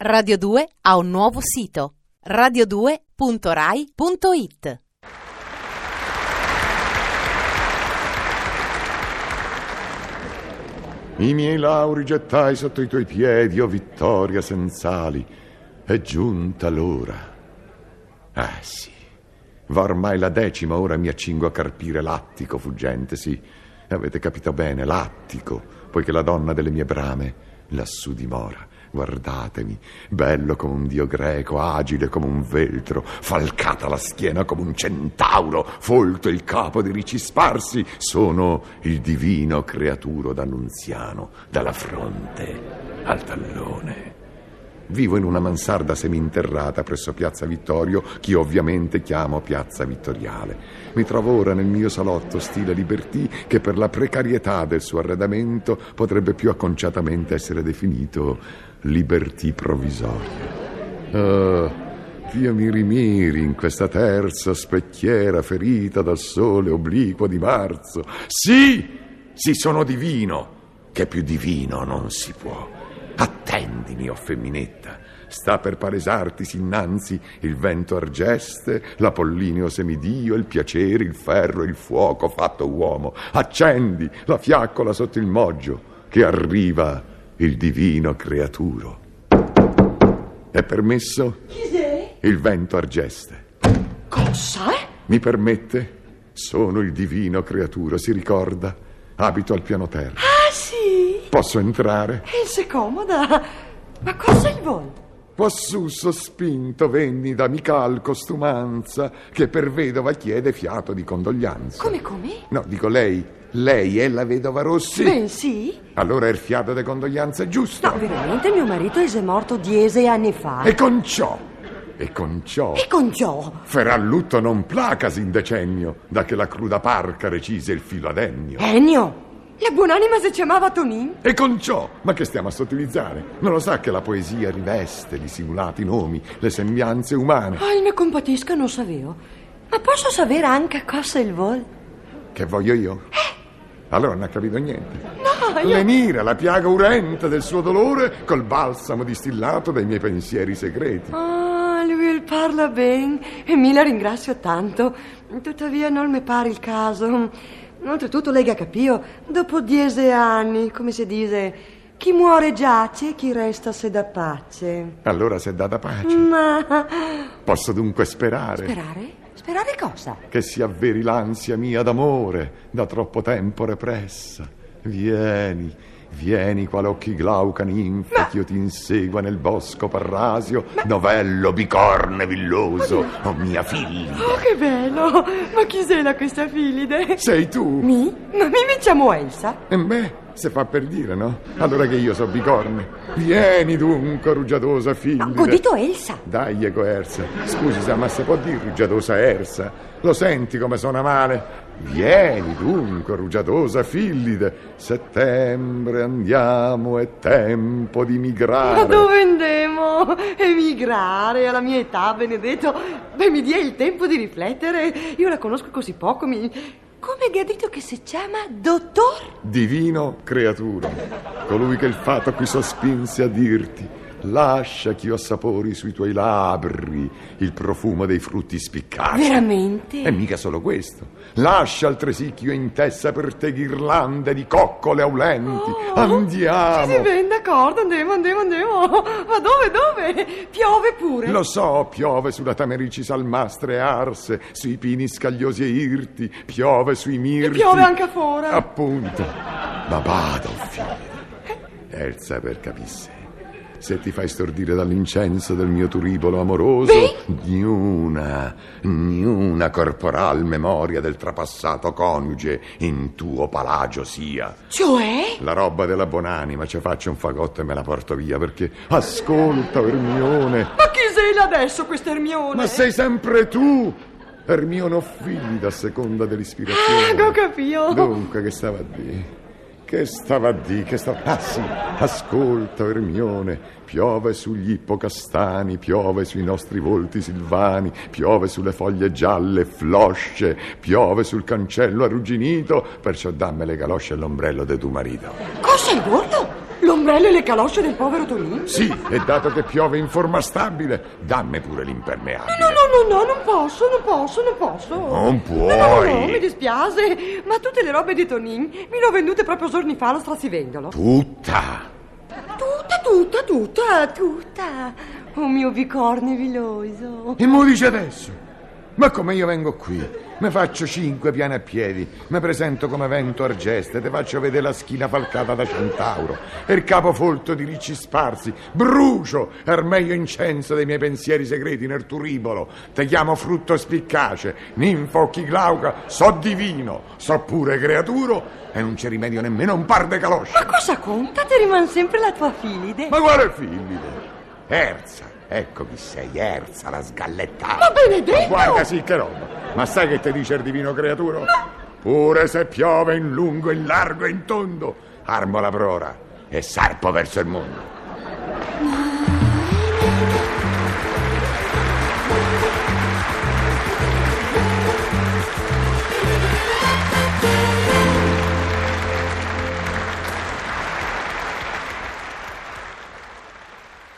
Radio 2 ha un nuovo sito radio2.rai.it. I miei lauri gettai sotto i tuoi piedi, o vittoria senz'ali. È giunta l'ora. Ah sì, va ormai la decima, ora mi accingo a carpire l'attico fuggente, sì. Avete capito bene, l'attico, poiché la donna delle mie brame lassù dimora. Guardatemi, bello come un dio greco, agile come un veltro, falcata la schiena come un centauro, folto il capo di ricci sparsi, sono il divino creaturo d'Annunziano, dalla fronte al tallone. Vivo in una mansarda seminterrata presso Piazza Vittorio, che io ovviamente chiamo Piazza Vittoriale. Mi trovo ora nel mio salotto stile Libertì, che per la precarietà del suo arredamento potrebbe più acconciatamente essere definito Libertì provvisorio. Ah, io mi rimiri in questa terza specchiera ferita dal sole obliquo di marzo. Sì, sì, sono divino, che più divino non si può. Attendimi, o femminetta. Sta per palesartisi innanzi il vento argeste, l'Apollineo semidio, il piacere, il ferro, il fuoco fatto uomo. Accendi la fiaccola sotto il moggio, che arriva il divino creaturo. È permesso? Chi sei? Il vento argeste. Cosa? Mi permette? Sono il divino creaturo, si ricorda? Abito al piano terra. Ah sì, Posso entrare? e se comoda. Ma cosa il volto? Quassù sospinto venni da Mical Costumanza, che per vedova chiede fiato di condoglianza. Come come? No, dico lei. Lei è la vedova Rossi? Bensì? Allora il fiato di condoglianza è giusto. No, veramente mio marito è morto dieci anni fa. E con ciò, e con ciò, E con ciò? Ferrallutto non placasi in decennio, da che la cruda parca recise il filo ad Ennio. Ennio, la buonanima si chiamava Tonin. E con ciò, ma che stiamo a sottilizzare? Non lo sa che la poesia riveste di simulati nomi, le sembianze umane. Ah, il mio compatisca non sapevo. Ma posso sapere anche cosa il volto? Che voglio io? Allora non ha capito niente. Eh? No, io... Lenira, la piaga urente del suo dolore, col balsamo distillato dai miei pensieri segreti. Ah, lui il parla bene e mi la ringrazio tanto. Tuttavia non mi pare il caso. Oltretutto lei che capio, dopo dieci anni, come si dice, chi muore giace e chi resta se dà pace. Allora si è data pace. Ma Posso dunque sperare Mm. sperare? Sperare cosa? che si avveri l'ansia mia d'amore, da troppo tempo repressa. Vieni, vieni qual occhi glauca ninfa, che io ti insegua nel bosco parrasio, novello bicorne villoso, o mia figlia. Oh, che bello! Ma chi sela questa filide? Sei tu? Mi? Ma mi mi chiamo Elsa. E beh, se fa per dire, no? Allora che io so bicorne. Vieni dunque, rugiadosa figlia. No, ho detto Elsa. Dai, Eco Ersa. Scusi, sa, ma se può dire rugiadosa Ersa? Lo senti come suona male? Vieni dunque, rugiadosa Fillide. Settembre andiamo, è tempo di migrare. Ma dove andemo? Emigrare alla mia età, Benedetto? Beh, mi dia il tempo di riflettere. Io la conosco così poco, mi... Come che ha detto che si chiama dottor? Divino creatura, colui che il fato qui sospinse a dirti, lascia che io assapori sui tuoi labbri il profumo dei frutti spiccati. Veramente? E mica solo questo. Lascia altresì che io intessa per te ghirlande di coccole aulenti. Andiamo! Oh. Sì, sì, ben d'accordo, andiamo, andiamo, andiamo. Ma dove, dove? Piove pure. Lo so, piove sulla Tamerici salmastre e arse, sui pini scagliosi e irti, piove sui mirti. piove anche a Fora. Ah. Appunto. Ma vado, figlio. Elsa per capisse. Se ti fai stordire dall'incenso del mio turibolo amoroso, niuna, niuna corporal memoria del trapassato coniuge in tuo palagio sia. Cioè? La roba della Bonanima, ci faccio un fagotto e me la porto via perché. Ascolta, Ermione, Ma chi sei adesso, questo Ermione? ma sei sempre tu! Ermione offida a seconda dell'ispirazione. Ah, che ho capito. Dunque, che stava a dire? Che stava a dire? Che stava... Ah sì, ascolta Ermione, piove sugli ippocastani, piove sui nostri volti silvani, piove sulle foglie gialle e flosce, piove sul cancello arrugginito, perciò dammi le galosce e l'ombrello di tuo marito. Cosa il bordo? L'ombrello l'ombrello e le calosce del povero Tonino? Sì, e dato che piove in forma stabile, dammi pure l'impermeabile. No, no, no, no, non posso, non posso, non posso. Non puoi. No, no, no, mi dispiace, ma tutte le robe di Tonin mi le ho vendute proprio giorni fa allo strazivendolo. Tutta. Tutta, tutta, tutta, tutta. Oh mio bicorne viloso. E mo dice adesso? Ma come io vengo qui? Mi faccio cinque piani a piedi, mi presento come vento argeste, ti faccio vedere la schiena falcata da centauro e il capo folto di ricci sparsi, brucio al meglio incenso dei miei pensieri segreti nel turibolo, ti chiamo frutto spiccace, ninfo occhi glauca, so divino, so pure creaturo e non c'è rimedio nemmeno a un par de calosce. Ma cosa conta? Ti rimane sempre la tua filide. Ma guarda il figlio! Erza, ecco chi sei, Erza, la sgallettata. Ma benedetto! Guarda sì che roba! Ma sai che ti dice il divino creaturo? Pure se piove in lungo, in largo e in tondo, armo la prora e sarpo verso il mondo.